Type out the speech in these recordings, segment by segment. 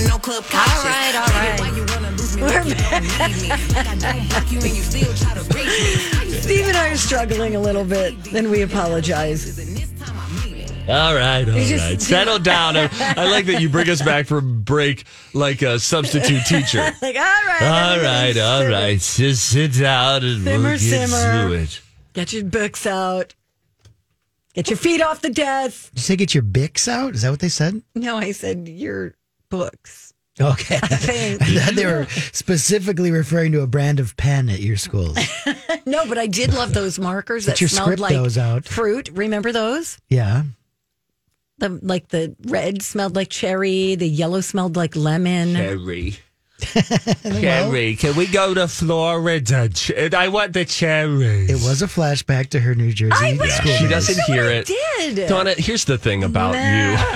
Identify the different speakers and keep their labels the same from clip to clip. Speaker 1: No club cop
Speaker 2: All right, all right.
Speaker 1: Why you wanna lose me? Like you don't need me. Like I don't like you and you still try to reach me. How you
Speaker 2: Steve and I are struggling a little bit, and we apologize.
Speaker 1: feeling this time I mean it.
Speaker 3: All right, all right.
Speaker 2: just-
Speaker 3: Settle down. I, I like that you bring us back from break like a substitute teacher.
Speaker 2: Like, all right,
Speaker 3: All
Speaker 2: everybody,
Speaker 3: right, all
Speaker 2: simmer.
Speaker 3: right. Just sit down and
Speaker 2: Simmer,
Speaker 3: we'll get
Speaker 2: simmer.
Speaker 3: through it.
Speaker 2: Get your books out. Get your feet off the desk.
Speaker 4: Did you say get your bicks out? Is that what they said?
Speaker 2: No, I said your books.
Speaker 4: Okay.
Speaker 2: Thanks.
Speaker 4: I thought they were specifically referring to a brand of pen at your schools.
Speaker 2: No, but I did love those markers
Speaker 4: But
Speaker 2: that
Speaker 4: your
Speaker 2: smelled
Speaker 4: script
Speaker 2: like
Speaker 4: goes out.
Speaker 2: fruit. Remember those?
Speaker 4: Yeah.
Speaker 2: The like the red smelled like cherry. The yellow smelled like lemon.
Speaker 3: Cherry. cherry. Can we go to Florida? Ch- and I want the cherries.
Speaker 4: It was a flashback to her New Jersey school.
Speaker 3: She
Speaker 4: days.
Speaker 3: doesn't hear it.
Speaker 2: Did
Speaker 3: Donna, here's the thing about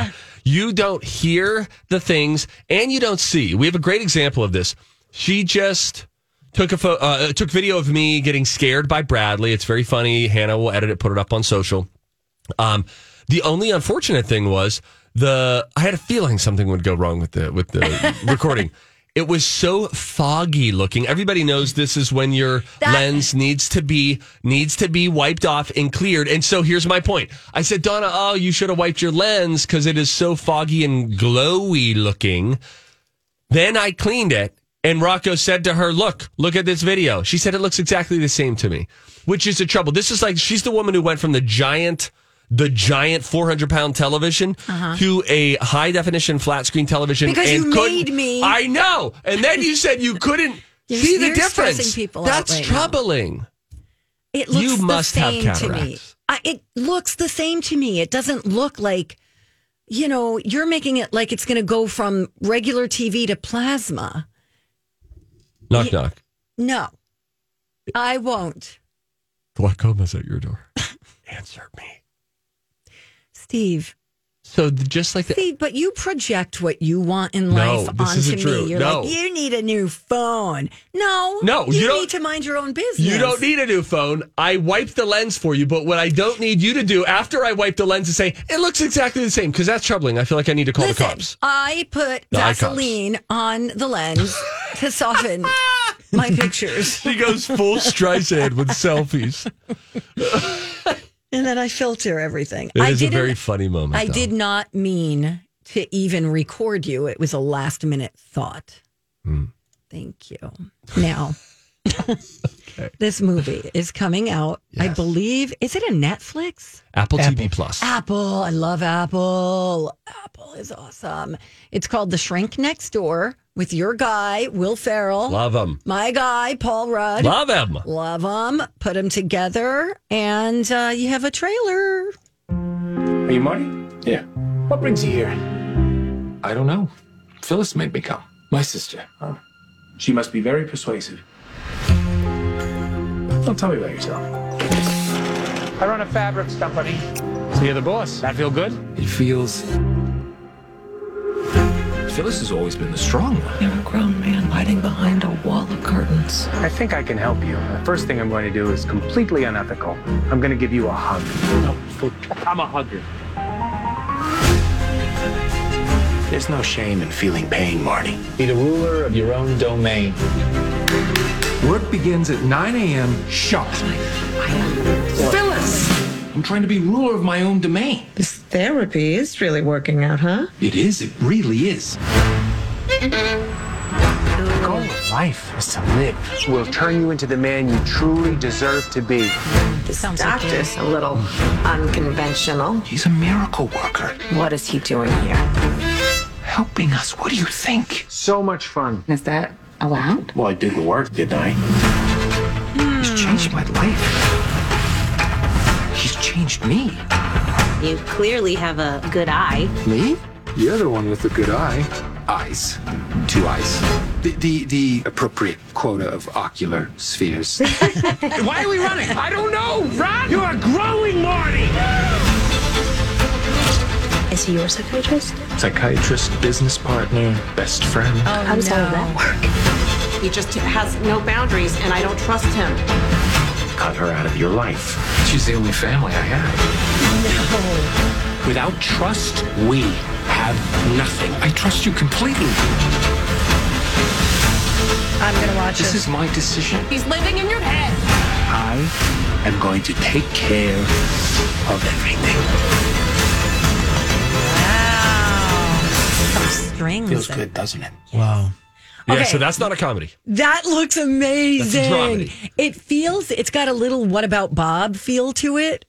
Speaker 3: you. You don't hear the things and you don't see. We have a great example of this. She just took a pho- uh, took video of me getting scared by Bradley. It's very funny. Hannah will edit it, put it up on social. Um, the only unfortunate thing was the I had a feeling something would go wrong with the with the recording. It was so foggy looking. Everybody knows this is when your lens needs to be needs to be wiped off and cleared. And so here's my point. I said, Donna, oh, you should have wiped your lens because it is so foggy and glowy looking. Then I cleaned it, and Rocco said to her, Look, look at this video. She said it looks exactly the same to me, which is the trouble. This is like she's the woman who went from the giant. The giant 400 pound television to a high definition flat screen television.
Speaker 2: Uh-huh. Because
Speaker 3: and
Speaker 2: you
Speaker 3: couldn't-
Speaker 2: made me.
Speaker 3: I know. And then you said you couldn't
Speaker 2: You're-
Speaker 3: see the
Speaker 2: you're
Speaker 3: difference.
Speaker 2: stressing people out
Speaker 3: That's
Speaker 2: right now.
Speaker 3: troubling.
Speaker 2: It looks
Speaker 3: You
Speaker 2: the
Speaker 3: must have
Speaker 2: same to me.
Speaker 3: cataracts.
Speaker 2: I, it looks the same to me. It doesn't look like, you know, you're making it like it's going to go from regular TV to plasma.
Speaker 3: Knock, knock.
Speaker 2: No, I won't.
Speaker 3: Glaucoma's at your door. Answer me.
Speaker 2: Steve,
Speaker 3: So th- just like that.
Speaker 2: Steve, but you project what you want in
Speaker 3: No,
Speaker 2: life
Speaker 3: this
Speaker 2: onto
Speaker 3: isn't
Speaker 2: me.
Speaker 3: true.
Speaker 2: You're
Speaker 3: No.
Speaker 2: like, you need a new phone. No,
Speaker 3: No,
Speaker 2: you,
Speaker 3: you don't-
Speaker 2: need to mind your own business.
Speaker 3: You don't need a new phone. I wiped the lens for you, but what I don't need you to do after I wipe the lens is say, it looks exactly the same, because that's troubling. I feel like I need to call
Speaker 2: Listen,
Speaker 3: the cops.
Speaker 2: I put
Speaker 3: The eye cops.
Speaker 2: Vaseline on the lens to soften my pictures.
Speaker 3: She goes full Streisand with selfies.
Speaker 2: And then I filter everything.
Speaker 3: It
Speaker 2: I
Speaker 3: is a
Speaker 2: didn't-
Speaker 3: very funny moment.
Speaker 2: I
Speaker 3: though.
Speaker 2: did not mean to even record you. It was a last minute thought.
Speaker 3: Hmm.
Speaker 2: Thank you. Now, this movie is coming out. I believe, is it a Netflix?
Speaker 3: Apple,
Speaker 4: Apple.
Speaker 3: TV Plus.
Speaker 2: Apple. I love Apple. Apple is awesome. It's called The Shrink Next Door with your guy, Will Farrell.
Speaker 3: Love them.
Speaker 2: my guy, Paul Rudd.
Speaker 3: Love them.
Speaker 2: Love them. Put them together. And uh, you have a trailer.
Speaker 5: Are you Marty? Yeah. What brings you here?
Speaker 6: I don't know. Phyllis made me come. My sister.
Speaker 5: She must be very persuasive. Don't tell me about yourself.
Speaker 7: I run a fabrics company.
Speaker 5: So you're the boss. That feel good?
Speaker 6: It feels. Phyllis has always been the strong one.
Speaker 8: You're a grown man hiding behind a wall of curtains.
Speaker 7: I think I can help you. The first thing I'm going to do is completely unethical. I'm going to give you a hug. I'm a hugger.
Speaker 5: There's no shame in feeling pain, Marty.
Speaker 7: Be the ruler of your own domain.
Speaker 6: Work begins at 9 a.m. sharp. Phyllis! I'm trying to be ruler of my own domain.
Speaker 8: This therapy is really working out, huh?
Speaker 6: It is, it really is.
Speaker 5: The goal of life is to live.
Speaker 7: We'll turn you into the man you truly deserve to be.
Speaker 8: This doctor's a little unconventional.
Speaker 6: He's a miracle worker,
Speaker 8: What is he doing here?
Speaker 6: helping us. What do you think?
Speaker 7: So much fun.
Speaker 8: Is that allowed?
Speaker 5: Well, I did the work, didn't I?
Speaker 6: He's changed my life. He's changed me.
Speaker 9: You clearly have a good eye.
Speaker 6: Me? You're the one with the good eye. eyes. Two eyes. The, the, the appropriate quota of ocular spheres.
Speaker 5: Why are we running? I don't know. Run! You are growing, Marty!
Speaker 9: Is he your psychiatrist?
Speaker 6: Psychiatrist, business partner, best friend.
Speaker 9: How does all of that work?
Speaker 8: Oh, He just has no boundaries, and I don't trust him.
Speaker 6: Cut her out of your life. She's the only family I have. No. Without trust, we have nothing. I trust you completely.
Speaker 9: I'm gonna watch
Speaker 6: This is my decision.
Speaker 8: He's living in your head.
Speaker 6: I am going to take care of everything.
Speaker 2: Some strings. and-
Speaker 6: doesn't it?
Speaker 4: Wow.
Speaker 3: Yeah,
Speaker 2: Okay.
Speaker 3: so that's not a comedy.
Speaker 2: That looks amazing.
Speaker 3: dramedy.
Speaker 2: It feels it's got a little what about Bob feel to it,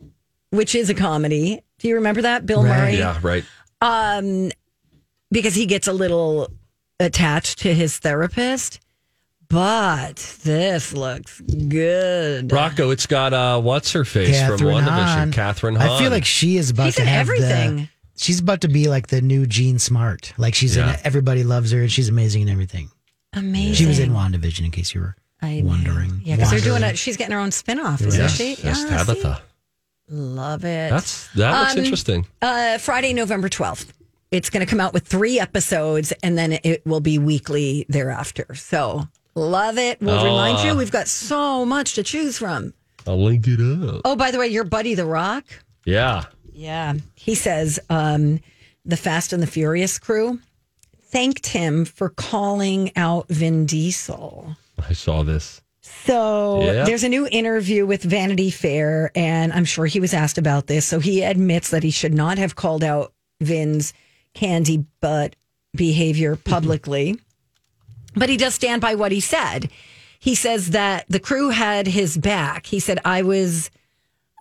Speaker 2: which is a comedy. Do you remember that Bill
Speaker 4: Right.
Speaker 2: Murray?
Speaker 3: Yeah, right.
Speaker 2: Um because he gets a little attached to his therapist. But this looks good.
Speaker 3: Rocco, it's got uh, what's her face from
Speaker 4: Catherine
Speaker 3: WandaVision,
Speaker 4: Hahn.
Speaker 3: Catherine Hahn.
Speaker 4: I feel like she is about
Speaker 2: She's
Speaker 4: to
Speaker 2: in
Speaker 4: have
Speaker 2: everything.
Speaker 4: The, she's about to be like the new Jean Smart. Like she's
Speaker 3: Yeah.
Speaker 4: in everybody loves her and she's amazing in everything.
Speaker 2: Amazing.
Speaker 4: She was in WandaVision in case you were
Speaker 2: I know.
Speaker 4: wondering.
Speaker 2: Yeah, because they're doing
Speaker 4: Wandering.
Speaker 2: it. She's getting her own spinoff, isn't
Speaker 3: yes,
Speaker 2: she?
Speaker 3: yes,
Speaker 2: Yeah, see?
Speaker 3: Tabitha.
Speaker 2: Love it.
Speaker 3: That's that looks
Speaker 2: Um,
Speaker 3: interesting.
Speaker 2: Uh, Friday, November 12th. It's going to come out with three episodes and then it will be weekly thereafter. So love it. We'll
Speaker 3: Oh,
Speaker 2: remind
Speaker 3: uh,
Speaker 2: you, we've got so much to choose from.
Speaker 3: I'll link it up.
Speaker 2: Oh, by the way, your buddy, The Rock.
Speaker 3: Yeah.
Speaker 2: Yeah. He says um, the Fast and the Furious crew thanked him for calling out Vin Diesel.
Speaker 3: I saw this.
Speaker 2: So
Speaker 3: Yeah.
Speaker 2: there's a new interview with Vanity Fair, and I'm sure he was asked about this. So he admits that he should not have called out Vin's candy butt behavior publicly, but he does stand by what he said. He says that the crew had his back. He said, I was,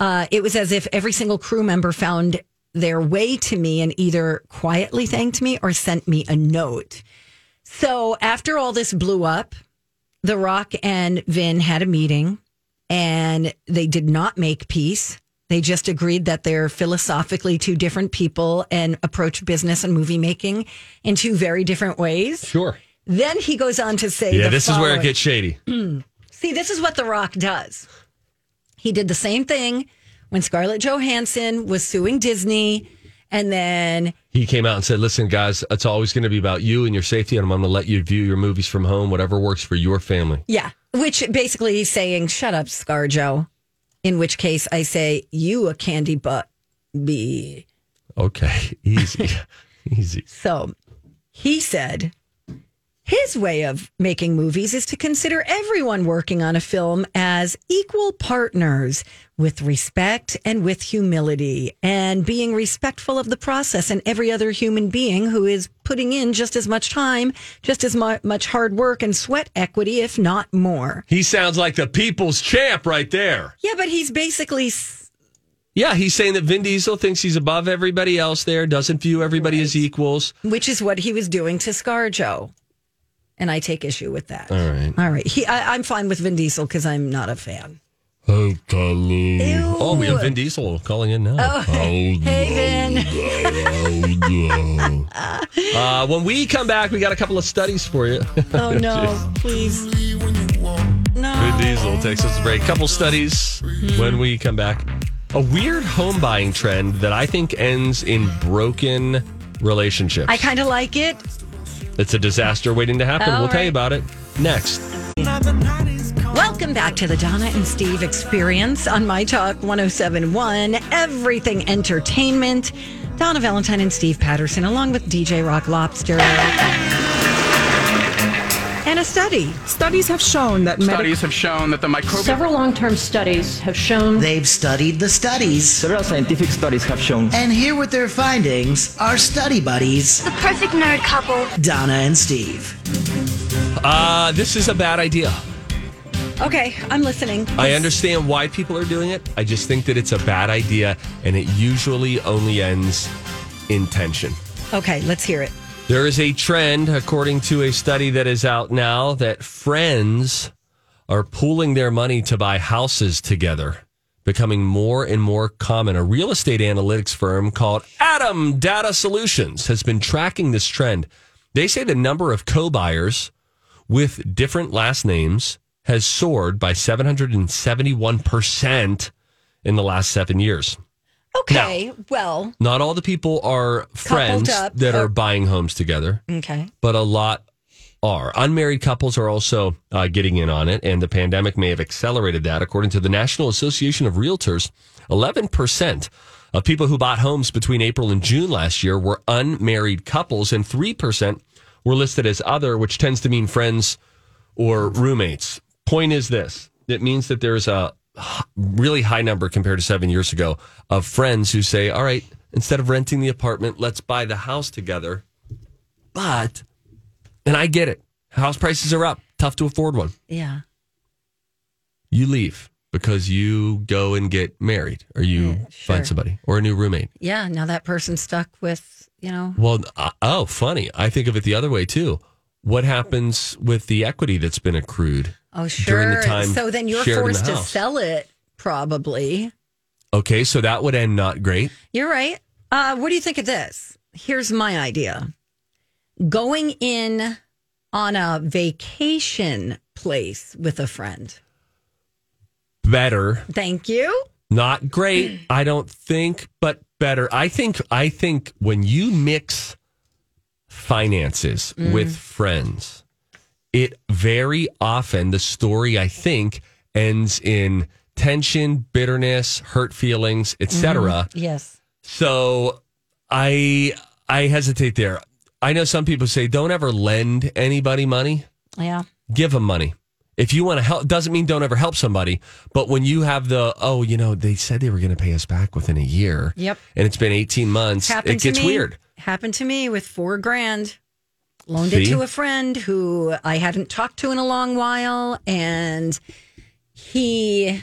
Speaker 2: uh, it was as if every single crew member found their way to me and either quietly thanked me or sent me a note. So after all this blew up, the Rock and Vin had a meeting and they did not make peace. They just agreed that they're philosophically two different people and approach business and movie making in two very different ways.
Speaker 3: Sure.
Speaker 2: Then he goes on to say,
Speaker 3: Yeah,
Speaker 2: the
Speaker 3: this is where it
Speaker 2: following.
Speaker 3: gets shady.
Speaker 2: See, this is what The Rock does. He did the same thing when Scarlett Johansson was suing Disney. And then
Speaker 3: He came out and said, "Listen, guys, it's always going to be about you and your safety, and I'm going to let you view your movies from home, whatever works for your family."
Speaker 2: Yeah, which basically he's saying, "Shut up, ScarJo." In which case, I say, "You a candy butt bee."
Speaker 3: Okay, easy, easy.
Speaker 2: So he said, his way of making movies is to consider everyone working on a film as equal partners with respect and with humility and being respectful of the process and every other human being who is putting in just as much time, just as mu- much hard work and sweat equity, if not more.
Speaker 3: He sounds like the people's champ right there.
Speaker 2: Yeah, but he's basically s-
Speaker 3: Yeah, he's saying that Vin Diesel thinks he's above everybody else there, doesn't view everybody as equals.
Speaker 2: which is what he was doing to ScarJo, and I take issue with that.
Speaker 3: All right.
Speaker 2: All right, he, I, I'm fine with Vin Diesel because I'm not a fan.
Speaker 3: Oh, Colleen.
Speaker 2: Ew.
Speaker 3: Oh, we have Vin Diesel calling in now.
Speaker 2: Oh, hey, hey, Vin.
Speaker 3: uh, when we come back, we got a couple of studies for you.
Speaker 2: Oh no, please.
Speaker 3: Vin
Speaker 2: No.
Speaker 3: Diesel takes us to break. Couple studies
Speaker 2: Mm-hmm.
Speaker 3: when we come back. A weird home buying trend that I think ends in broken relationships.
Speaker 2: I kind of like it.
Speaker 3: it's a disaster waiting to happen.
Speaker 2: All
Speaker 3: we'll tell
Speaker 2: right.
Speaker 3: you about it next.
Speaker 2: Welcome back to the Donna and Steve experience on My Talk 1071, Everything Entertainment. Donna Valentine and Steve Patterson, along with DJ Rock Lobster. And a study.
Speaker 1: Studies have shown that medical
Speaker 5: Studies have shown that the microbial
Speaker 9: Several long term studies have shown
Speaker 4: They've studied the studies.
Speaker 10: Several scientific studies have shown
Speaker 4: And here with their findings are study buddies,
Speaker 9: the perfect nerd couple.
Speaker 4: Donna and Steve.
Speaker 3: Uh, this is a bad idea.
Speaker 2: Okay, I'm listening.
Speaker 3: I understand why people are doing it. I just think that it's a bad idea and it usually only ends in tension.
Speaker 2: Okay, let's hear it.
Speaker 3: There is a trend, according to a study that is out now, that friends are pooling their money to buy houses together, becoming more and more common. A real estate analytics firm called Adam Data Solutions has been tracking this trend. They say the number of co buyers with different last names has soared by 771% in the last seven years.
Speaker 2: Okay. well,
Speaker 3: Not all the people are friends
Speaker 2: up,
Speaker 3: that
Speaker 2: or-
Speaker 3: are buying homes together,
Speaker 2: okay.
Speaker 3: but a lot are. Unmarried couples are also uh, getting in on it, and the pandemic may have accelerated that. According to the National Association of Realtors, 11% of people who bought homes between April and June last year were unmarried couples, and 3% were listed as other, which tends to mean friends or roommates. Point is this it means that there's a h- really high number compared to seven years ago of friends who say, All right, instead of renting the apartment, let's buy the house together. But, and I get it, house prices are up, tough to afford one.
Speaker 2: Yeah.
Speaker 3: You leave because you go and get married or you
Speaker 2: sure.
Speaker 3: find somebody or a new roommate.
Speaker 2: Yeah. Now that person's stuck with, you know,
Speaker 3: Well, uh, oh, funny. I think of it the other way too. What happens with the equity that's been accrued?
Speaker 2: oh,
Speaker 3: During the
Speaker 2: sure.
Speaker 3: time
Speaker 2: so then you're
Speaker 3: shared in the
Speaker 2: forced to
Speaker 3: house.
Speaker 2: sell it, probably.
Speaker 3: Okay, so that would end not great.
Speaker 2: You're right. Uh, what do you think of this? Here's my idea going in on a vacation place with a friend.
Speaker 3: Better.
Speaker 2: Thank you.
Speaker 3: Not great, I don't think, but better. I think I think when you mix finances with friends, it very often the story I think ends in tension, bitterness, hurt feelings, etc.
Speaker 2: Yes.
Speaker 3: So I I hesitate there. I know some people say don't ever lend anybody money.
Speaker 2: Yeah.
Speaker 3: give them money. If you want to help, doesn't mean don't ever help somebody. But when you have the, oh, you know, they said they were going to pay us back within a year.
Speaker 2: Yep.
Speaker 3: And it's been 18 months.
Speaker 2: Happened
Speaker 3: it gets
Speaker 2: to me,
Speaker 3: weird.
Speaker 2: Happened to me with four grand. Loaned it
Speaker 3: See?
Speaker 2: to a friend who I hadn't talked to in a long while, and he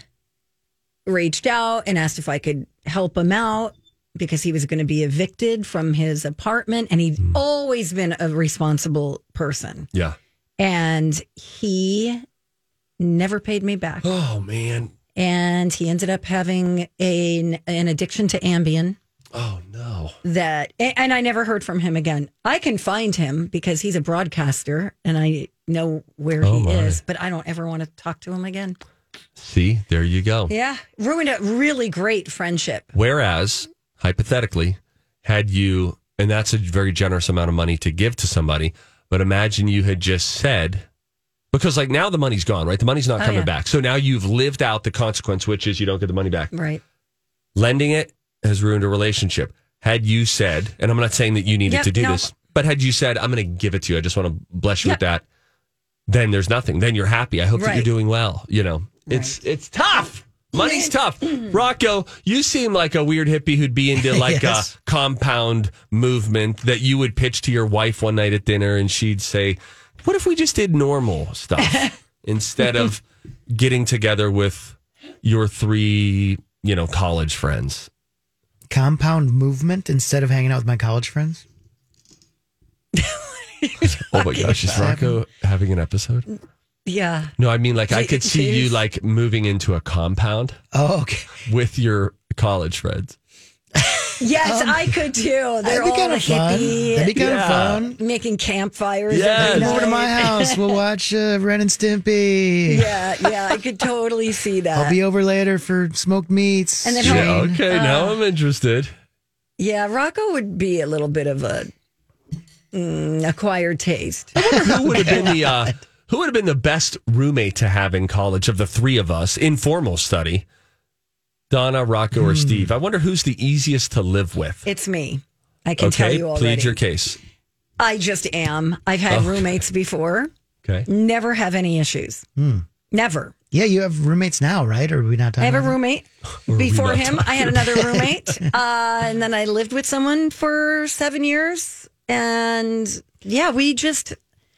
Speaker 2: raged out and asked if I could help him out because he was going to be evicted from his apartment. And he'd
Speaker 3: Hmm.
Speaker 2: always been a responsible person,
Speaker 3: Yeah.
Speaker 2: and he never paid me back.
Speaker 3: Oh, man.
Speaker 2: and he ended up having an an addiction to Ambien
Speaker 3: Oh, no.
Speaker 2: that and I never heard from him again. I can find him because he's a broadcaster and I know where
Speaker 3: Oh,
Speaker 2: he
Speaker 3: my.
Speaker 2: is, but I don't ever want to talk to him again.
Speaker 3: See, there you go.
Speaker 2: Yeah, ruined a really great friendship.
Speaker 3: Whereas, hypothetically, had you, and that's a very generous amount of money to give to somebody, but imagine you had just said, because like now the money's gone, right? The money's not
Speaker 2: Oh,
Speaker 3: coming
Speaker 2: yeah.
Speaker 3: back. So now you've lived out the consequence, which is you don't get the money back.
Speaker 2: Right.
Speaker 3: lending it has ruined a relationship. Had you said, and I'm not saying that you needed
Speaker 2: Yep,
Speaker 3: to do
Speaker 2: no.
Speaker 3: this, but had you said, I'm going to give it to you, I just want to bless you with that, then there's nothing. Then you're happy. I hope that
Speaker 2: Right.
Speaker 3: you're doing well. You know, it's it's tough. Money's tough. Rocco, you seem like a weird hippie who'd be into like
Speaker 4: Yes.
Speaker 3: a compound movement that you would pitch to your wife one night at dinner and she'd say, What if we just did normal stuff instead of getting together with your three, you know, college friends?
Speaker 4: Compound movement instead of hanging out with my college friends.
Speaker 3: Oh my gosh, is Rocco having an episode?
Speaker 2: Yeah.
Speaker 3: No, I mean like I could see you
Speaker 2: Jeez.
Speaker 3: like moving into a compound
Speaker 4: Oh, okay.
Speaker 3: with your college friends.
Speaker 2: Yes, I could too. They're
Speaker 4: Um, That'd be
Speaker 2: all
Speaker 4: kind of fun.
Speaker 2: hippie,
Speaker 4: That'd be kind
Speaker 3: Yeah.
Speaker 4: of fun.
Speaker 2: making campfires.
Speaker 3: Yes.
Speaker 2: every
Speaker 4: Come over to
Speaker 2: night.
Speaker 4: my house. We'll watch uh, Ren and Stimpy.
Speaker 2: Yeah, yeah, I could totally see that.
Speaker 4: I'll be over later for smoked meats.
Speaker 2: And then
Speaker 4: Shane.
Speaker 2: how- Jane.
Speaker 3: okay, now I'm interested.
Speaker 2: yeah, Rocco would be a little bit of a mm, acquired taste.
Speaker 3: who would have been the uh, who would have been the best roommate to have in college of the three of us? Informal study. Donna, Rocco,
Speaker 2: Hmm.
Speaker 3: or Steve. I wonder who's the easiest to live with.
Speaker 2: It's me. I can tell
Speaker 3: okay,
Speaker 2: you already.
Speaker 3: plead your case.
Speaker 2: I just am. I've had
Speaker 3: Okay.
Speaker 2: roommates before.
Speaker 3: Okay.
Speaker 2: Never have any issues.
Speaker 4: Hmm.
Speaker 2: Never.
Speaker 4: yeah, you have roommates now, right? Or are we
Speaker 2: I
Speaker 4: not talking
Speaker 2: have a
Speaker 4: about
Speaker 2: roommate.
Speaker 3: we
Speaker 2: Before
Speaker 3: not
Speaker 2: him, I had another roommate. Uh, and then I lived with someone for seven years. And yeah, we just,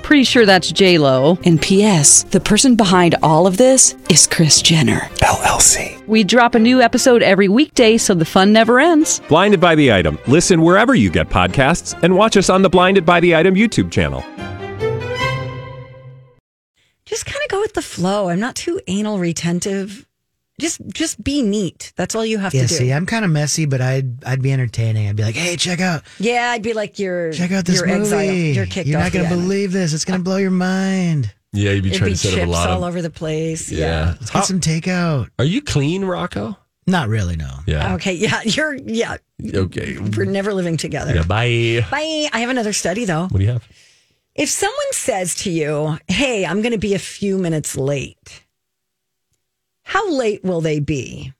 Speaker 11: Pretty sure that's J Lo. And P.S. The person behind all of this is Chris Jenner LLC. We drop a new episode every weekday, so the fun never ends.
Speaker 10: Blinded by the Item. Listen wherever you get podcasts and watch us on the Blinded by the Item YouTube channel.
Speaker 2: Just kind of go with the flow. I'm not too anal retentive. Just just be neat. That's all you have
Speaker 4: yeah,
Speaker 2: to do.
Speaker 4: see, I'm kind of messy, but I'd I'd be entertaining. I'd be like, "Hey, check out,
Speaker 2: yeah, I'd be like your
Speaker 4: check out this
Speaker 2: your
Speaker 4: movie.
Speaker 2: Exile. You're kicked
Speaker 4: You're
Speaker 2: off
Speaker 4: not gonna
Speaker 2: the island.
Speaker 4: believe this. It's gonna blow your mind.
Speaker 3: Yeah, you'd be
Speaker 2: It'd
Speaker 3: trying
Speaker 2: be
Speaker 3: to set up a
Speaker 2: chips
Speaker 3: lot
Speaker 2: all
Speaker 3: of.
Speaker 2: over the place.
Speaker 3: Yeah.
Speaker 2: Yeah.
Speaker 4: Let's get some takeout.
Speaker 3: Are you clean, Rocco?
Speaker 4: Not really, no.
Speaker 3: Yeah.
Speaker 2: Okay. Yeah. You're. Yeah.
Speaker 3: Okay.
Speaker 2: We're never living together.
Speaker 3: Yeah, bye.
Speaker 2: Bye. I have another study though.
Speaker 3: What do you have?
Speaker 2: If someone says to you, "Hey, I'm going to be a few minutes late," how late will they be?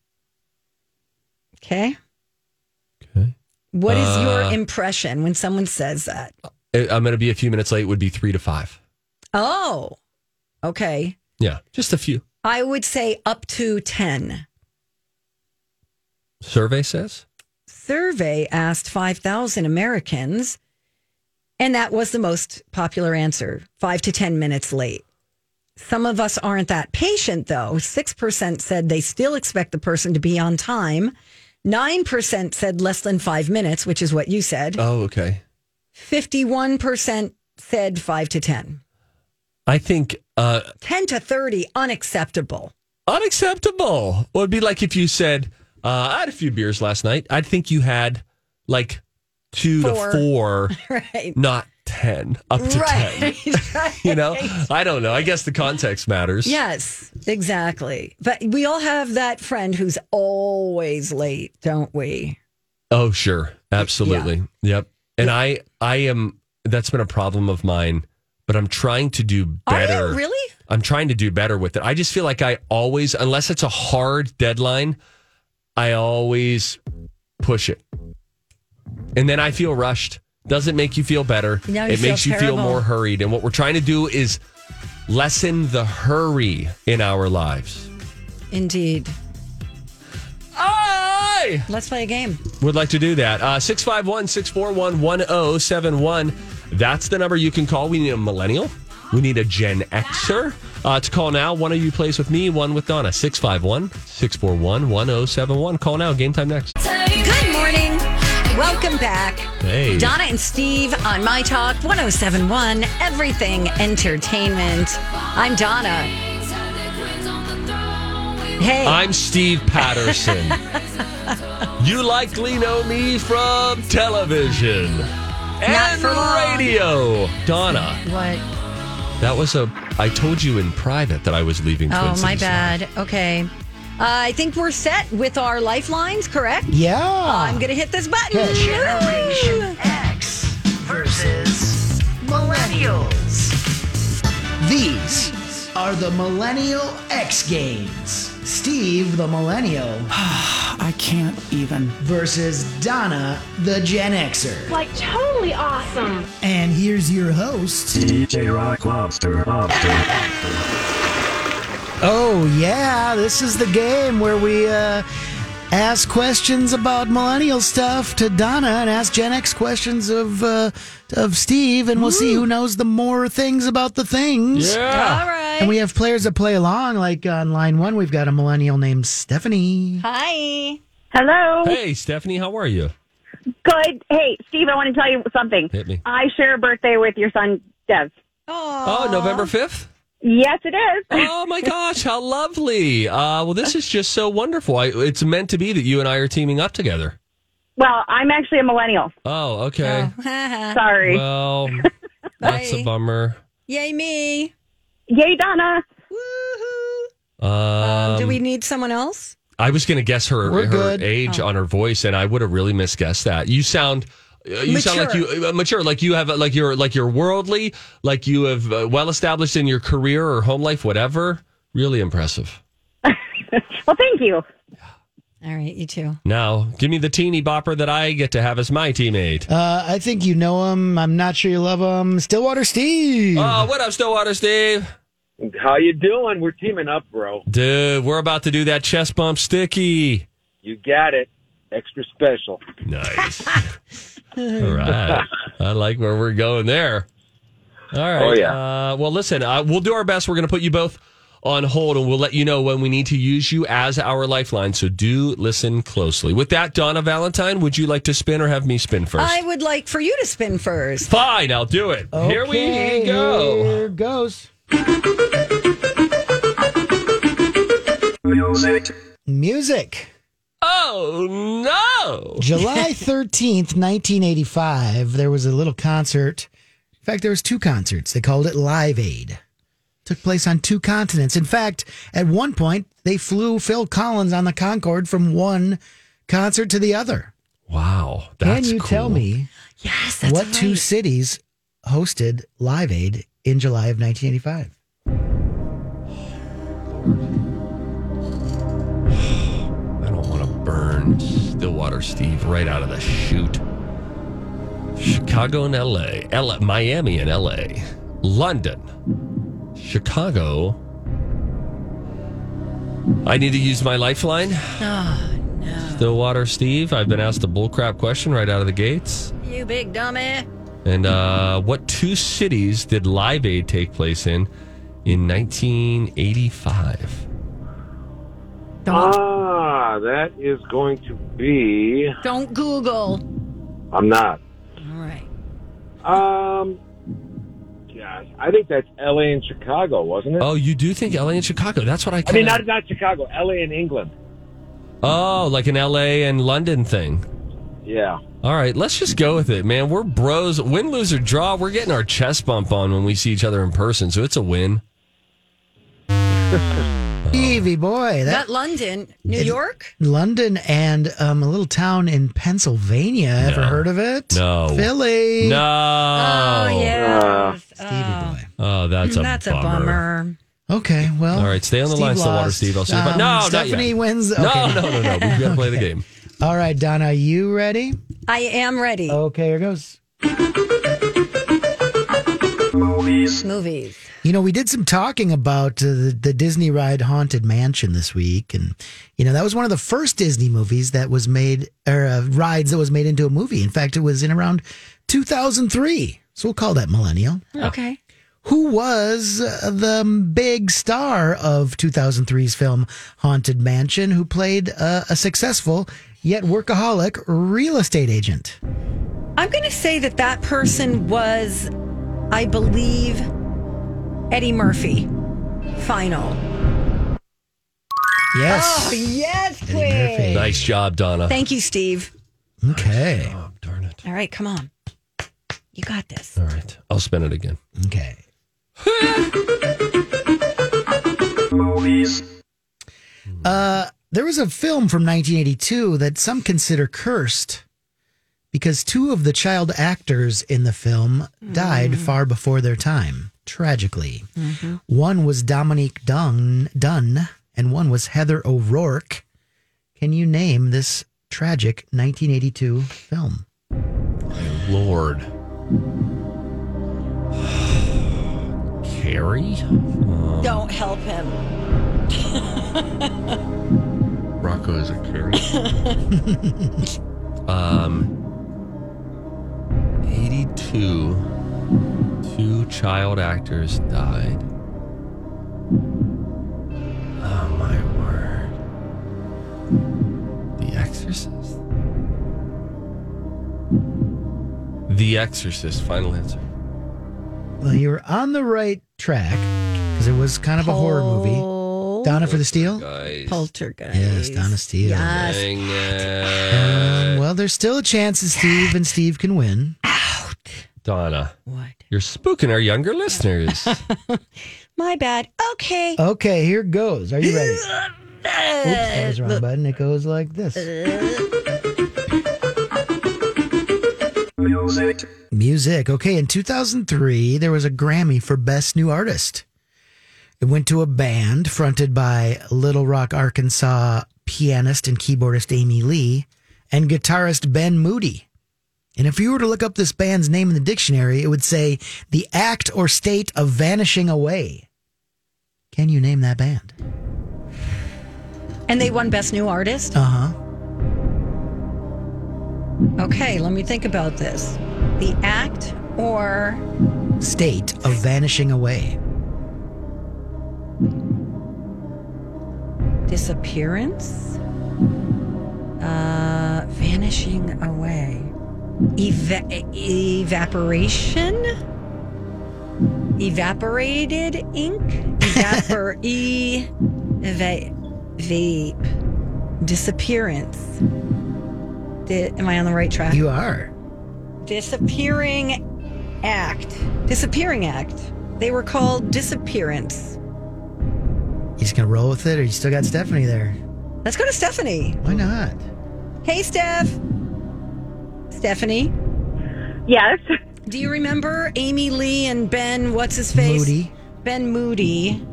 Speaker 2: Okay.
Speaker 3: Okay.
Speaker 2: What is
Speaker 3: Uh,
Speaker 2: your impression when someone says that?
Speaker 3: I- Uh, I'm going to be a few minutes late, would be three to five.
Speaker 2: Oh, okay.
Speaker 3: Yeah, just a few.
Speaker 2: I would say up to 10.
Speaker 3: Survey says?
Speaker 2: Survey asked 5,000 Americans, and that was the most popular answer five to 10 minutes late. Some of us aren't that patient, though. 6% said they still expect the person to be on time. 9% said less than five minutes, which is what you said.
Speaker 3: Oh, okay.
Speaker 2: 51% said five to 10.
Speaker 3: I think uh,
Speaker 2: 10 to 30, unacceptable.
Speaker 3: unacceptable. Well, it'd be like if you said, uh, I had a few beers last night. I'd think you had like two
Speaker 2: Four.
Speaker 3: to four,
Speaker 2: Right.
Speaker 3: not 10, up to 10.
Speaker 2: right.
Speaker 3: You know, I don't know. I guess the context matters.
Speaker 2: Yes, exactly. But we all have that friend who's always late, don't we?
Speaker 3: Oh, sure. Absolutely. Yep. And I, I am, that's been a problem of mine, but I'm trying to do better.
Speaker 2: Are you really?
Speaker 3: I'm trying to do better with it. I just feel like I always, unless it's a hard deadline, I always push it. And then I feel rushed. Doesn't make you feel better.
Speaker 2: Now you
Speaker 3: it
Speaker 2: feel
Speaker 3: makes you feel
Speaker 2: terrible.
Speaker 3: more hurried. And what we're trying to do is lessen the hurry in our lives.
Speaker 2: Indeed.
Speaker 3: I
Speaker 2: Let's play a game.
Speaker 3: would like to do that. Uh, 651 641 1071. That's the number you can call. We need a millennial. We need a Gen Xer uh, to call now. One of you plays with me, one with Donna. 651 641 1071. Call now. Game time next.
Speaker 2: Good morning. Welcome back.
Speaker 3: Hey.
Speaker 2: Donna and Steve on My Talk 1071, Everything Entertainment. I'm Donna. Hey.
Speaker 3: I'm Steve Patterson. you likely know me from television and
Speaker 2: for long.
Speaker 3: radio. Donna,
Speaker 2: what?
Speaker 3: that was a. I told you in private that I was leaving. Twin
Speaker 2: Oh, my
Speaker 3: Cities.
Speaker 2: bad. Okay. Uh, I think we're set with our lifelines, correct?
Speaker 4: Yeah.
Speaker 2: I'm going to hit this button.
Speaker 4: Good.
Speaker 2: Generation
Speaker 1: X versus millennials.
Speaker 4: These are the Millennial X Games. Steve, the Millennial. I can't even. Versus Donna, the Gen Xer.
Speaker 9: Like totally awesome.
Speaker 4: And here's your host, DJ Rock Lobster. Oh, yeah, this is the game where we uh, ask questions about millennial stuff to Donna and ask Gen X questions of, uh, of Steve, and we'll see who knows the more things about the things.
Speaker 3: Yeah.
Speaker 2: All right.
Speaker 4: And we have players that play along. Like on line one, we've got a millennial named Stephanie.
Speaker 2: Hi.
Speaker 12: Hello.
Speaker 3: Hey, Stephanie, how are you?
Speaker 12: Good. Hey, Steve, I want to tell you something.
Speaker 3: Hit me.
Speaker 12: I share a birthday with your son, Dev.
Speaker 3: Oh, November 5th?
Speaker 12: Yes, it is.
Speaker 3: Oh my gosh, how lovely. Uh, well, this is just so wonderful. I, it's meant to be that you and I are teaming up together.
Speaker 12: Well, I'm actually a millennial.
Speaker 3: Oh, okay.
Speaker 11: Uh,
Speaker 12: Sorry.
Speaker 3: Well, that's a bummer.
Speaker 2: Yay, me.
Speaker 12: Yay, Donna.
Speaker 3: Um,
Speaker 2: Do we need someone else?
Speaker 3: I was going to guess her
Speaker 2: We're
Speaker 3: her
Speaker 2: good. Oh.
Speaker 3: age on her voice, and I would have really misguessed that. You sound. uh, You sound like
Speaker 2: Mature.
Speaker 3: you uh, mature, like you have, like you're, like you're worldly, like you have uh, well established in your career or home life, whatever. Really impressive.
Speaker 12: Well, thank you.
Speaker 2: All right, you too.
Speaker 3: Now, give me the teeny bopper that I get to have as my teammate.
Speaker 4: Uh, I think you know him. I'm not sure you love him. Stillwater Steve.
Speaker 3: Oh, what up, Stillwater Steve?
Speaker 13: How you doing? We're teaming up, bro.
Speaker 3: Dude, we're about to do that chest bump sticky.
Speaker 13: You got it. Extra special.
Speaker 3: Nice. All right. I like where we're going there. All right.
Speaker 13: Oh,
Speaker 3: Uh, well, listen, uh, we'll do our best. We're going to put you both on hold and we'll let you know when we need to use you as our lifeline. So do listen closely. With that, Donna Valentine, would you like to spin or have me spin first?
Speaker 2: I would like for you to spin first.
Speaker 3: Fine, I'll do it. Here
Speaker 4: Okay,
Speaker 3: we go.
Speaker 4: Here goes.
Speaker 5: Music.
Speaker 4: Music.
Speaker 3: Oh, no.
Speaker 4: July 13th, 1985, there was a little concert. In fact, there was two concerts. They called it Live Aid. Took place on two continents. In fact, at one point, they flew Phil Collins on the Concorde from one concert to the other.
Speaker 3: Wow.
Speaker 4: Can
Speaker 3: that's
Speaker 4: you tell
Speaker 3: cool.
Speaker 4: me
Speaker 2: yes,
Speaker 4: what two cities hosted Live Aid in July of 1985?
Speaker 3: I don't want to burn Stillwater Steve right out of the chute. Chicago and LA, LA Miami and LA, London, Chicago. I need to use my lifeline. Stillwater Steve, I've been asked a bullcrap question right out of the gates.
Speaker 2: You big dummy.
Speaker 3: And uh, what two cities did Live Aid take place in in 1985?
Speaker 13: Ah, that is going to be.
Speaker 2: Don't Google.
Speaker 13: I'm not.
Speaker 2: All right.
Speaker 13: Um, gosh, I think that's L.A. and Chicago, wasn't it?
Speaker 3: Oh, you do think LA and Chicago? That's what I.
Speaker 13: I mean,
Speaker 3: kinda-
Speaker 13: not not Chicago, L.A. and England.
Speaker 3: Oh, like an LA and London thing.
Speaker 13: Yeah.
Speaker 3: All right, let's just go with it, man. We're bros. Win, lose, or draw. We're getting our chest bump on when we see each other in person, so it's a win.
Speaker 4: Stevie boy,
Speaker 2: Not
Speaker 4: that
Speaker 2: London, New
Speaker 4: It-
Speaker 2: York.
Speaker 4: London and um, a little town in Pennsylvania. Ever heard of it?
Speaker 3: No.
Speaker 4: Philly.
Speaker 3: No.
Speaker 2: Oh, yeah.
Speaker 3: Oh, that's a
Speaker 2: That's
Speaker 3: bummer.
Speaker 4: Okay, well.
Speaker 3: All right, stay on the
Speaker 4: Steve
Speaker 3: line, Stillwater
Speaker 4: lost.
Speaker 3: Steve. I'll see you.
Speaker 4: Um,
Speaker 3: no, not
Speaker 4: Stephanie
Speaker 3: yet.
Speaker 4: wins.
Speaker 3: No,
Speaker 4: Okay.
Speaker 3: no, no, no. We've got to play the game.
Speaker 4: All right, Donna, you ready?
Speaker 2: I am ready.
Speaker 4: Okay, here goes.
Speaker 2: Movies.
Speaker 4: You know, we did some talking about uh, the, the Disney ride Haunted Mansion this week, and you know that was one of the first Disney movies that was made or uh, rides that was made into a movie. In fact, it was in around 2003, so we'll call that millennial.
Speaker 2: Okay.
Speaker 4: Who was uh, the big star of 2003's film Haunted Mansion? Who played uh, a successful yet workaholic real estate agent?
Speaker 2: I'm going to say that that person was, I believe, Eddie Murphy. Final.
Speaker 4: Yes.
Speaker 2: Oh, yes, Quinn.
Speaker 3: Nice job, Donna. Oh,
Speaker 2: Thank you, Steve.
Speaker 4: Okay.
Speaker 2: All right, come on. You got this.
Speaker 3: All right, I'll spin it again.
Speaker 4: Okay. Uh, there was a film from 1982 that some consider cursed because two of the child actors in the film died far before their time, tragically. One was Dominique Dunn, Dunn, and one was Heather O'Rourke. Can you name this tragic 1982 film?
Speaker 3: Lord. Carrie? Um,
Speaker 2: Don't help him.
Speaker 3: Rocco is a carry. um, 82. Two child actors died. Oh my word. The Exorcist? The Exorcist, final answer.
Speaker 4: Well, you were on the right track because it was kind of a horror movie. Donna for the Steel?
Speaker 3: Guys.
Speaker 2: Poltergeist.
Speaker 4: Yes, Donna Steele.
Speaker 2: Yes.
Speaker 3: Dang
Speaker 4: Um,
Speaker 3: it.
Speaker 4: well, there's still a chance that Steve and Steve can win.
Speaker 3: Donna,
Speaker 2: What?
Speaker 3: you're spooking our younger listeners.
Speaker 2: My bad. Okay.
Speaker 4: Okay, here goes. Are you ready? Oops, that was the wrong button. It goes like this.
Speaker 5: Music.
Speaker 4: Music. Okay, in 2003, there was a Grammy for Best New Artist. It went to a band fronted by Little Rock, Arkansas pianist and keyboardist Amy Lee and guitarist Ben Moody. And if you were to look up this band's name in the dictionary, it would say the act or state of vanishing away. Can you name that band?
Speaker 2: And they won Best New Artist?
Speaker 4: Uh huh.
Speaker 2: Okay, let me think about this. The act or
Speaker 4: state of vanishing away.
Speaker 2: Disappearance? Uh, vanishing away. Eva- evaporation? Evaporated ink? Evapor. e. Eva- vape. Disappearance. Di- am I on the right track?
Speaker 4: You are.
Speaker 2: Disappearing act. Disappearing act. They were called disappearance.
Speaker 4: You just gonna roll with it, or you still got Stephanie there?
Speaker 2: Let's go to Stephanie.
Speaker 4: Why not?
Speaker 2: Hey, Steph. Stephanie?
Speaker 12: Yes.
Speaker 2: Do you remember Amy Lee and Ben, what's his face?
Speaker 4: Moody.
Speaker 2: Ben Moody.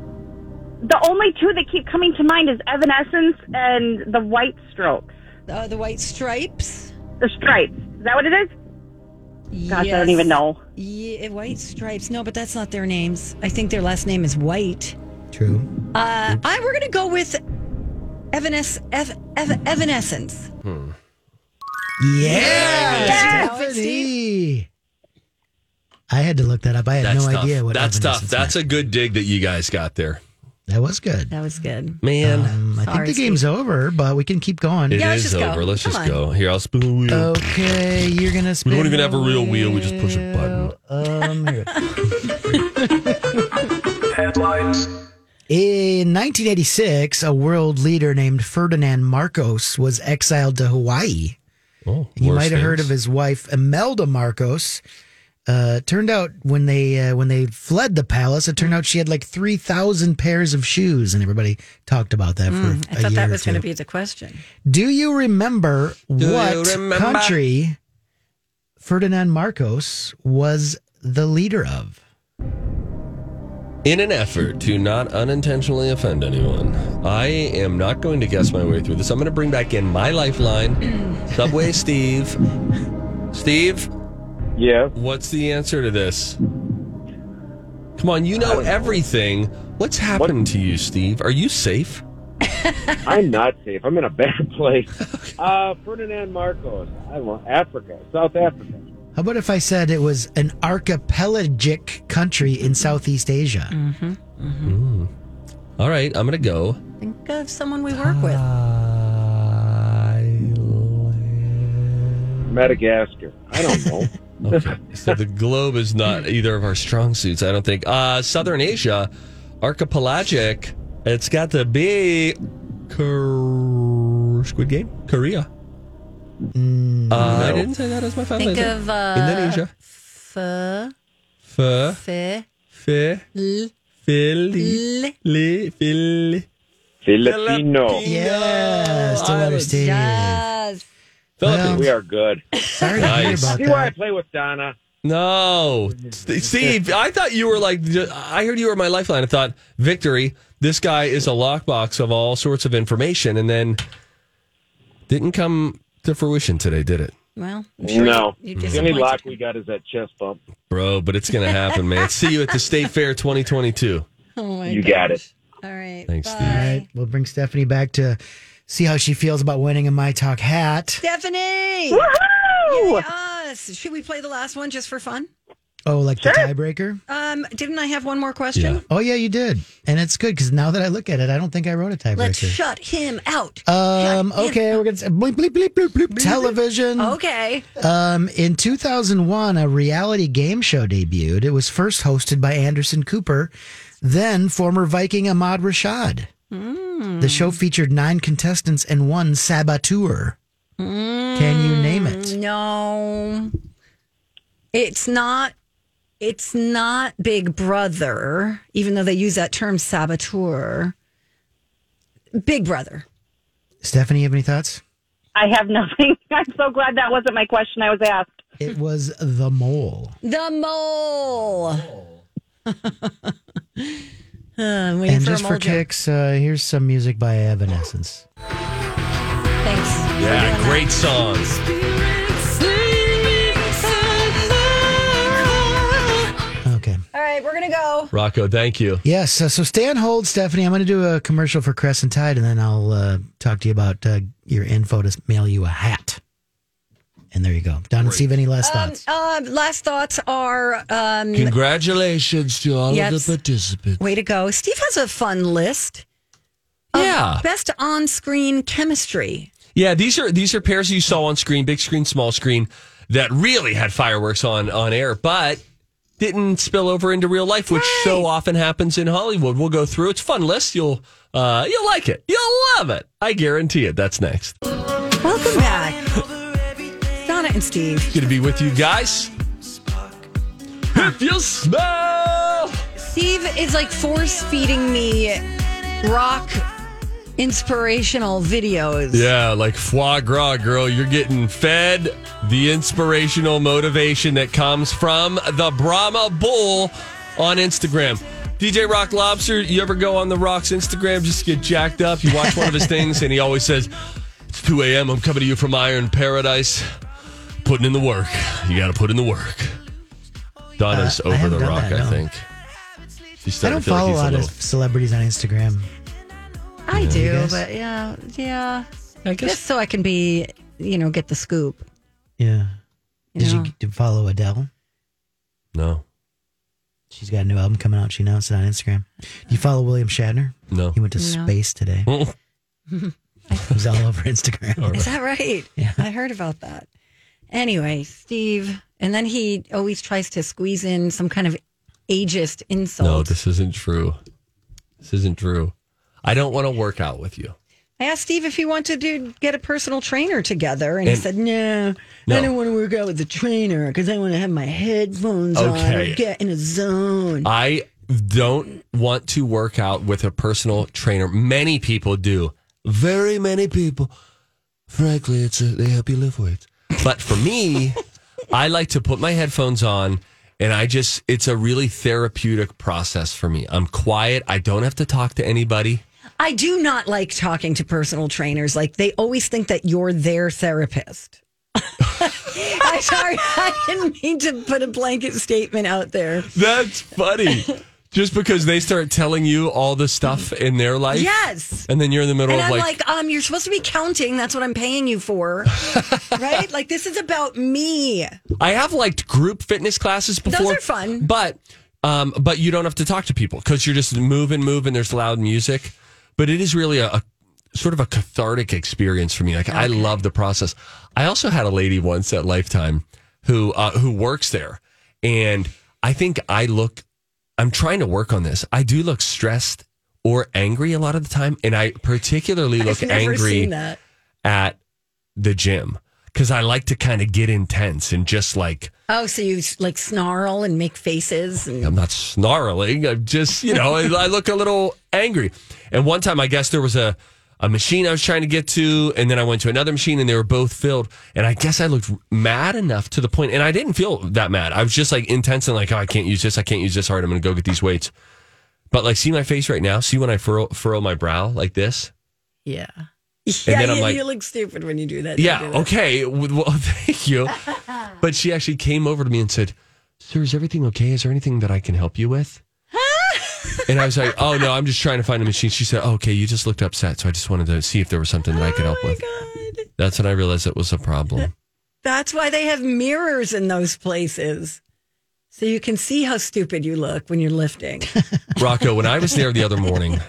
Speaker 12: The only two that keep coming to mind is Evanescence and the White Strokes.
Speaker 2: Uh, the White Stripes?
Speaker 12: The Stripes. Is that what it is? Gosh, I
Speaker 2: Yes.
Speaker 12: don't even know.
Speaker 2: Yeah, White Stripes. No, but that's not their names. I think their last name is White.
Speaker 4: True.
Speaker 2: Uh,
Speaker 4: Mm-hmm.
Speaker 2: I we're gonna go with Evanes, Ev, Ev, Evanescence.
Speaker 4: Yeah,
Speaker 2: Yeah.
Speaker 4: Stephanie. I had to look that up. I had
Speaker 3: That's
Speaker 4: no
Speaker 3: tough.
Speaker 4: idea what
Speaker 3: That's tough.
Speaker 4: Evanescence
Speaker 3: That's a good dig that you guys got there.
Speaker 4: That was good.
Speaker 2: That was good,
Speaker 3: man.
Speaker 4: Um, I think the game's over, but we can keep going.
Speaker 3: It is over. Let's just go. Here, I'll spin a wheel.
Speaker 4: Oh, Okay, you're gonna.
Speaker 3: we
Speaker 4: Spin
Speaker 3: don't even have a
Speaker 4: the
Speaker 3: real wheel. We just push a button.
Speaker 4: Um, here. In 1986, a world leader named Ferdinand Marcos was exiled to Hawaii.
Speaker 3: Oh,
Speaker 4: You
Speaker 3: worse
Speaker 4: might have heard
Speaker 3: things.
Speaker 4: of his wife Imelda Marcos. Uh, turned out when they uh, when they fled the palace, it turned out she had like three thousand pairs of shoes, and everybody talked about that
Speaker 2: Mm,
Speaker 4: for.
Speaker 2: I
Speaker 4: a
Speaker 2: thought
Speaker 4: year
Speaker 2: that
Speaker 4: or
Speaker 2: was going to
Speaker 4: two.
Speaker 2: be the question.
Speaker 4: Do you remember
Speaker 2: you
Speaker 4: what
Speaker 2: remember?
Speaker 4: country Ferdinand Marcos was the leader of?
Speaker 3: In an effort to not unintentionally offend anyone, I am not going to guess my way through this. I'm going to bring back in my lifeline, Subway Steve. Steve?
Speaker 13: Yeah.
Speaker 3: What's the answer to this? Come on, you know everything. What's happened to you, Steve? Are you safe?
Speaker 13: I'm not safe. I'm in a bad place. Uh, Ferdinand Marcos. I want Africa, South Africa.
Speaker 4: How about if I said it was an archipelagic country in Southeast Asia?
Speaker 2: Mm-hmm.
Speaker 3: Mm. All right, I'm going to go.
Speaker 2: Think of someone we work with.
Speaker 13: Madagascar. I don't know.
Speaker 3: Okay. so the globe is not either of our strong suits, I don't think. Uh, Southern Asia, archipelagic. It's got to be Kor- Squid Game, Korea. Uh, I
Speaker 5: no.
Speaker 3: didn't say that as my family.
Speaker 2: Think of uh,
Speaker 3: Indonesia.
Speaker 2: F,
Speaker 3: Fe,
Speaker 2: fe,
Speaker 3: fe,
Speaker 2: l,
Speaker 3: Philly, li, Philly, Filipino.
Speaker 4: Yes, two letter Steve.
Speaker 2: Yes.
Speaker 3: Philippines.
Speaker 13: we are good.
Speaker 4: Sorry
Speaker 3: to hear Nice. about
Speaker 13: See why I play with Donna.
Speaker 3: No, St- Steve. I thought you were like. I heard you were my lifeline. I thought victory. This guy is a lockbox of all sorts of information, and then didn't come to fruition today, did it,
Speaker 2: Well, I'm sure
Speaker 13: No.
Speaker 2: you
Speaker 13: The only
Speaker 2: disappointed.
Speaker 13: lock we got is that chest bump.
Speaker 3: bro? But it's gonna happen, man. See you at the State Fair 2022.
Speaker 2: Oh my
Speaker 13: You got it.
Speaker 2: All right.
Speaker 3: Thanks,
Speaker 4: All
Speaker 3: Steve.
Speaker 4: right, we'll bring Stephanie back to see how she feels about winning a My Talk hat.
Speaker 2: Stephanie.
Speaker 12: Woohoo!
Speaker 2: Yay, us. Should we play the last one just for fun?
Speaker 4: Oh, like the tiebreaker?
Speaker 2: Um, didn't I have one more question?
Speaker 4: Oh, yeah, you did. And it's good because now that I look at it, I don't think I wrote a tiebreaker.
Speaker 2: Let's shut him out.
Speaker 4: Um. Okay, we're gonna say bleep bleep bleep bleep bleep. Television.
Speaker 2: Okay.
Speaker 4: Um. In 2001, a reality game show debuted. It was first hosted by Anderson Cooper, then former Viking Ahmad Rashad. The show
Speaker 2: Hmm.
Speaker 4: featured nine contestants and one saboteur. Can you name it?
Speaker 2: Hmm. No. It's not it's not Big Brother, even though they use that term saboteur. Big Brother.
Speaker 4: Stephanie, you have any thoughts?
Speaker 12: I have nothing. I'm so glad that wasn't my question I was asked.
Speaker 4: It was the mole.
Speaker 2: The mole. Uh, I'm waiting
Speaker 4: and
Speaker 2: for
Speaker 4: just
Speaker 2: a
Speaker 4: for
Speaker 2: mole joke.
Speaker 4: kicks, uh, here's some music by Evanescence.
Speaker 2: Thanks.
Speaker 3: Yeah, great song.
Speaker 4: Okay.
Speaker 2: All right, we're gonna go.
Speaker 3: Rocco, thank you.
Speaker 4: Yes. Uh, so stay on hold, Stephanie. I'm going to do a commercial for Crescent Tide, and then I'll uh, talk to you about uh, your info to mail you a hat. And there you go. Don and Steve, any last thoughts?
Speaker 2: Uh, last thoughts are um,
Speaker 3: Congratulations to all
Speaker 2: Yes.
Speaker 3: of the participants.
Speaker 2: way to go. Steve has a fun list. of
Speaker 3: Yeah.
Speaker 2: Best on screen chemistry.
Speaker 3: Yeah, these are these are pairs you saw on screen, big screen, small screen, that really had fireworks on on air, but didn't spill over into real life, which so often happens in Hollywood. We'll go through. It's a fun list. You'll uh, you'll like it. You'll love it. I guarantee it. That's next.
Speaker 2: Welcome back. Donna and Steve.
Speaker 3: Good to be with you guys. If you smell
Speaker 2: Steve is like force feeding me rock inspirational videos.
Speaker 3: Yeah, like foie gras, girl. You're getting fed the inspirational motivation that comes from the Brahma Bull on Instagram. DJ Rock Lobster, you ever go on the Rock's Instagram just to get jacked up? You watch one of his things, and he always says, It's 2 a.m. I'm coming to you from Iron Paradise. Putting in the work. You got to put in the work. Donna's
Speaker 4: Uh, I
Speaker 3: over
Speaker 4: haven't
Speaker 3: the
Speaker 4: done
Speaker 3: Rock,
Speaker 4: that,
Speaker 3: I
Speaker 4: no.
Speaker 3: think. She's
Speaker 4: I
Speaker 3: starting
Speaker 4: don't
Speaker 3: to feel
Speaker 4: follow a
Speaker 3: like
Speaker 4: lot
Speaker 3: he's a
Speaker 4: of
Speaker 3: little.
Speaker 4: celebrities on Instagram.
Speaker 2: I
Speaker 4: Yeah. You
Speaker 2: do,
Speaker 4: guys?
Speaker 2: but yeah, yeah.
Speaker 3: I guess
Speaker 2: just so I can be, you know, get the scoop.
Speaker 4: Yeah. Did
Speaker 2: Yeah.
Speaker 4: you get to follow Adele?
Speaker 3: No.
Speaker 4: She's got a new album coming out. She announced it on Instagram. Do you follow William Shatner?
Speaker 3: No.
Speaker 4: He went to
Speaker 2: No.
Speaker 4: space today.
Speaker 3: Oh.
Speaker 4: It was all over Instagram.
Speaker 2: Is that right?
Speaker 4: Yeah.
Speaker 2: I heard about that. Anyway, Steve, and then he always tries to squeeze in some kind of ageist insult.
Speaker 3: No, this isn't true. This isn't true. I don't want to work out with you.
Speaker 2: I asked Steve if he wanted to get a personal trainer together, and, he
Speaker 3: And-
Speaker 2: said, "No,
Speaker 3: No.
Speaker 2: I don't want to work out with the trainer because I want to have my headphones on
Speaker 3: Okay.
Speaker 2: and get in a zone."
Speaker 3: I don't want to work out with a personal trainer. Many people do. Very many people. Frankly, it's a, they help you live with. But for me, I like to put my headphones on and I just, it's a really therapeutic process for me. I'm quiet. I don't have to talk to anybody.
Speaker 2: I do not like talking to personal trainers. Like they always think that you're their therapist. I'm sorry, I didn't mean to put a blanket statement out there.
Speaker 3: That's funny. Just because they start telling you all the stuff in their life.
Speaker 2: Yes.
Speaker 3: And then you're in the middle
Speaker 2: And
Speaker 3: of
Speaker 2: I'm
Speaker 3: like,
Speaker 2: like, um, you're supposed to be counting. That's what I'm paying you for, right? Like this is about me.
Speaker 3: I have liked group fitness classes
Speaker 2: Those
Speaker 3: before.
Speaker 2: are fun.
Speaker 3: But um, but you don't have to talk to people because you're just moving, moving. There's loud music, but it is really a, a sort of a cathartic experience for me. Like I love the process. I also had a lady once at Lifetime who uh, who works there, and I think I look. I'm trying to work on this. I do look stressed or angry a lot of the time, and I particularly look
Speaker 2: I've never
Speaker 3: angry
Speaker 2: seen that.
Speaker 3: at the gym because I like to kind of get intense and just like
Speaker 2: Oh, so you like snarl and make faces and
Speaker 3: I'm not snarling. I'm just, you know, I, I look a little angry. And one time, I guess there was a, a machine I was trying to get to, and then I went to another machine, and they were both filled. And I guess I looked mad enough to the point, and I didn't feel that mad. I was just like intense and like, oh, I can't use this. I can't use this hard. I'm going to go get these weights. But like, see my face right now. See when I furrow, furrow my brow like this.
Speaker 2: yeah.
Speaker 3: And
Speaker 2: yeah,
Speaker 3: then I'm
Speaker 2: you,
Speaker 3: like-
Speaker 2: you look stupid when you do that.
Speaker 3: Yeah.
Speaker 2: Don't do that.
Speaker 3: Okay. W- Well, thank you. But she actually came over to me and said, "Sir, is everything okay? Is there anything that I can help you with?" and I was like, "Oh no, I'm just trying to find a machine." She said, oh, "Okay, you just looked upset, so I just wanted to see if there was something that I could help with." That's when I realized it was a problem.
Speaker 2: That's why they have mirrors in those places. So you can see how stupid you look when you're lifting.
Speaker 3: Rocco, when I was there the other morning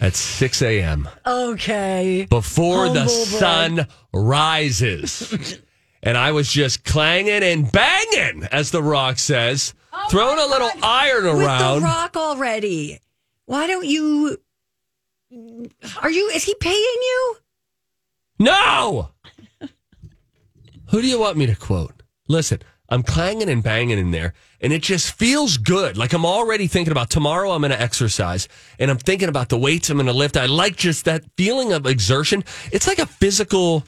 Speaker 3: at 6 a.m.
Speaker 2: okay.
Speaker 3: before the
Speaker 2: Humble brag.
Speaker 3: sun rises. and I was just clanging and banging, as The Rock says, throwing a little iron
Speaker 2: Oh With the
Speaker 3: around.
Speaker 2: rock already. Why don't you are you is he paying you?
Speaker 3: No! Who do you want me to quote? Listen, I'm clanging and banging in there, and it just feels good. Like I'm already thinking about tomorrow I'm going to exercise, and I'm thinking about the weights I'm going to lift. I like just that feeling of exertion. It's like a physical.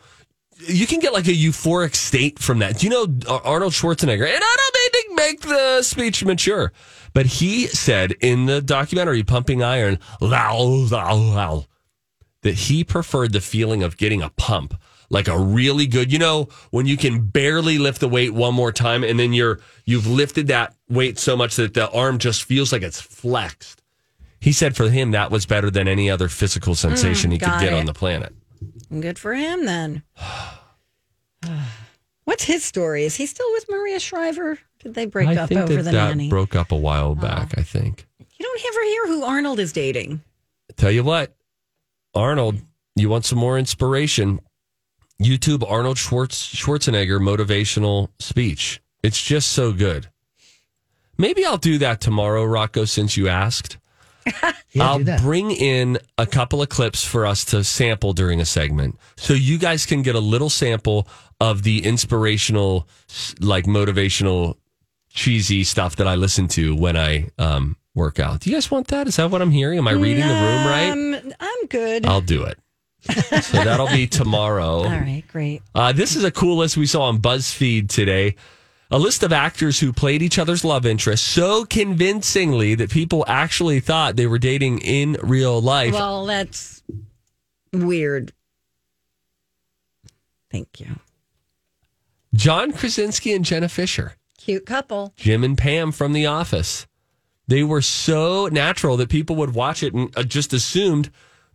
Speaker 3: You can get like a euphoric state from that. Do you know Ar- Arnold Schwarzenegger? And I don't mean to make the speech mature, but he said in the documentary Pumping Iron, "Low, low, low." that he preferred the feeling of getting a pump, like a really good, you know, when you can barely lift the weight one more time and then you're you've lifted that weight so much that the arm just feels like it's flexed. He said for him that was better than any other physical sensation he could
Speaker 2: got
Speaker 3: get
Speaker 2: it.
Speaker 3: on the planet.
Speaker 2: Good for him then. What's his story? Is he still with Maria Shriver? Did they break
Speaker 3: I
Speaker 2: up
Speaker 3: think
Speaker 2: over
Speaker 3: that
Speaker 2: the
Speaker 3: that
Speaker 2: nanny?
Speaker 3: broke up a while back. I think.
Speaker 2: you don't ever hear who Arnold is dating.
Speaker 3: Tell you what, Arnold, you want some more inspiration? YouTube Arnold Schwartz, Schwarzenegger motivational speech. It's just so good. Maybe I'll do that tomorrow, Rocco, since you asked. I'll bring in a couple of clips for us to sample during a segment so you guys can get a little sample of the inspirational, s- like motivational, cheesy stuff that I listen to when I um, work out. Do you guys want that? Is that what I'm hearing? Am I reading the room right?
Speaker 2: Um, I'm good.
Speaker 3: I'll do it. so that'll be tomorrow.
Speaker 2: All right, great.
Speaker 3: Uh, this is a cool list we saw on BuzzFeed today. A list of actors who played each other's love interest so convincingly that people actually thought they were dating in real life.
Speaker 2: Well, that's weird. Thank you.
Speaker 3: John Krasinski and Jenna Fisher,
Speaker 2: Cute couple.
Speaker 3: Jim and Pam from The Office. They were so natural that people would watch it and uh, just assumed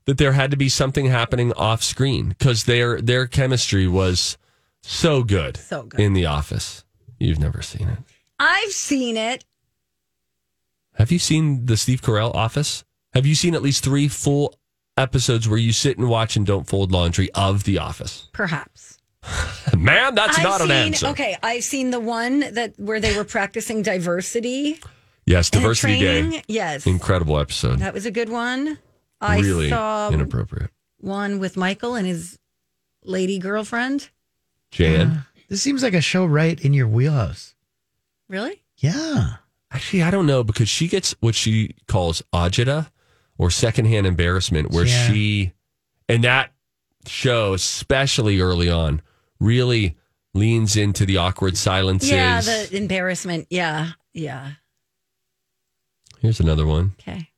Speaker 3: that there had to be something happening off screen because their their chemistry was so good,
Speaker 2: So good.
Speaker 3: in The Office. You've never seen it.
Speaker 2: I've seen it.
Speaker 3: Have you seen the Steve Carell Office? Have you seen at least three full episodes where you sit and watch and don't fold laundry of The Office?
Speaker 2: Perhaps.
Speaker 3: Man, that's
Speaker 2: I've
Speaker 3: not
Speaker 2: seen,
Speaker 3: an answer.
Speaker 2: Okay, I've seen the one that where they were practicing diversity.
Speaker 3: Yes,
Speaker 2: and
Speaker 3: Diversity Day.
Speaker 2: training. Yes.
Speaker 3: Incredible episode.
Speaker 2: That was a good one. I
Speaker 3: really
Speaker 2: saw
Speaker 3: inappropriate.
Speaker 2: one with Michael and his lady girlfriend.
Speaker 3: Jan?
Speaker 4: This seems like a show right in your wheelhouse.
Speaker 2: Really?
Speaker 4: Yeah.
Speaker 3: Actually, I don't know because she gets what she calls agita or secondhand embarrassment, where
Speaker 4: Yeah.
Speaker 3: she, and that show, especially early on, really leans into the awkward silences.
Speaker 2: Yeah, the embarrassment. Yeah, yeah.
Speaker 3: Here's another one.
Speaker 2: Okay.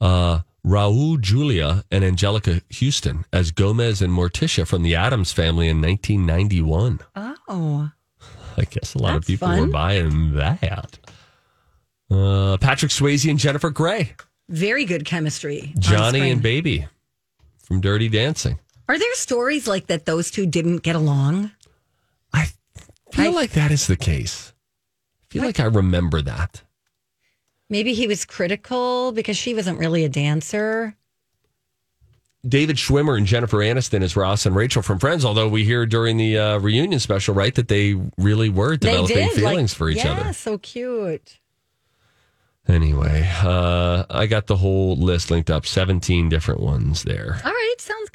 Speaker 3: uh, Raul Julia and Angelica Houston as Gomez and Morticia from the Adams family in 1991.
Speaker 2: Oh,
Speaker 3: I guess a lot
Speaker 2: That's
Speaker 3: of people
Speaker 2: fun.
Speaker 3: were buying that. Uh, Patrick Swayze and Jennifer Grey,
Speaker 2: very good chemistry. on
Speaker 3: Johnny
Speaker 2: screen.
Speaker 3: and Baby from Dirty Dancing.
Speaker 2: Are there stories like that? Those two didn't get along.
Speaker 3: I feel like that is the case. I feel like I remember that.
Speaker 2: Maybe he was critical because she wasn't really a dancer.
Speaker 3: David Schwimmer and Jennifer Aniston as Ross and Rachel from Friends, although we hear during the uh, reunion special, right, that they really were developing
Speaker 2: they did like-
Speaker 3: feelings for each
Speaker 2: yeah,
Speaker 3: other.
Speaker 2: so cute.
Speaker 3: Anyway, uh, I got the whole list linked up, 17 different ones there.
Speaker 2: All right, sounds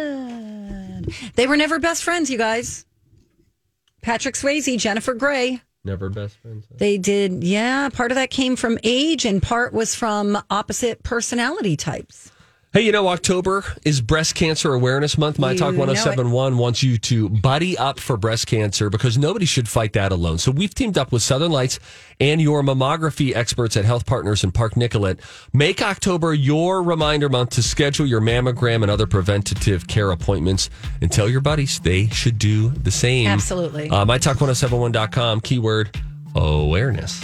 Speaker 2: good. They were never best friends, you guys. Patrick Swayze, Jennifer Grey.
Speaker 3: Never best friends.
Speaker 2: They did, yeah. Part of that came from age, and part was from opposite personality types.
Speaker 3: Hey, you know, October is Breast Cancer Awareness Month. My
Speaker 2: You
Speaker 3: Talk
Speaker 2: know it.
Speaker 3: 1071 wants you to buddy up for breast cancer because nobody should fight that alone. So we've teamed up with Southern Lights and your mammography experts at Health Partners and Park Nicolet. Make October your reminder month to schedule your mammogram and other preventative care appointments and tell your buddies they should do the same.
Speaker 2: Absolutely.
Speaker 3: Uh, MyTalk1071.com, keyword awareness.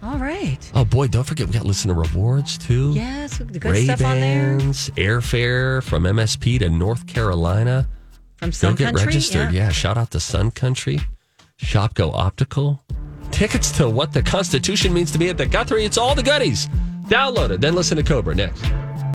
Speaker 2: All right.
Speaker 3: Oh boy, don't forget we got listener rewards too.
Speaker 2: Yes, the good stuff on there.
Speaker 3: Ray-Bans, airfare from MSP to North Carolina.
Speaker 2: From
Speaker 3: Go
Speaker 2: Sun
Speaker 3: get
Speaker 2: Country.
Speaker 3: registered. Yeah. shout out to Sun Country, Shopko Optical, tickets to what the Constitution means to me at the Guthrie. It's all the goodies. Download it, then listen to Cobra next.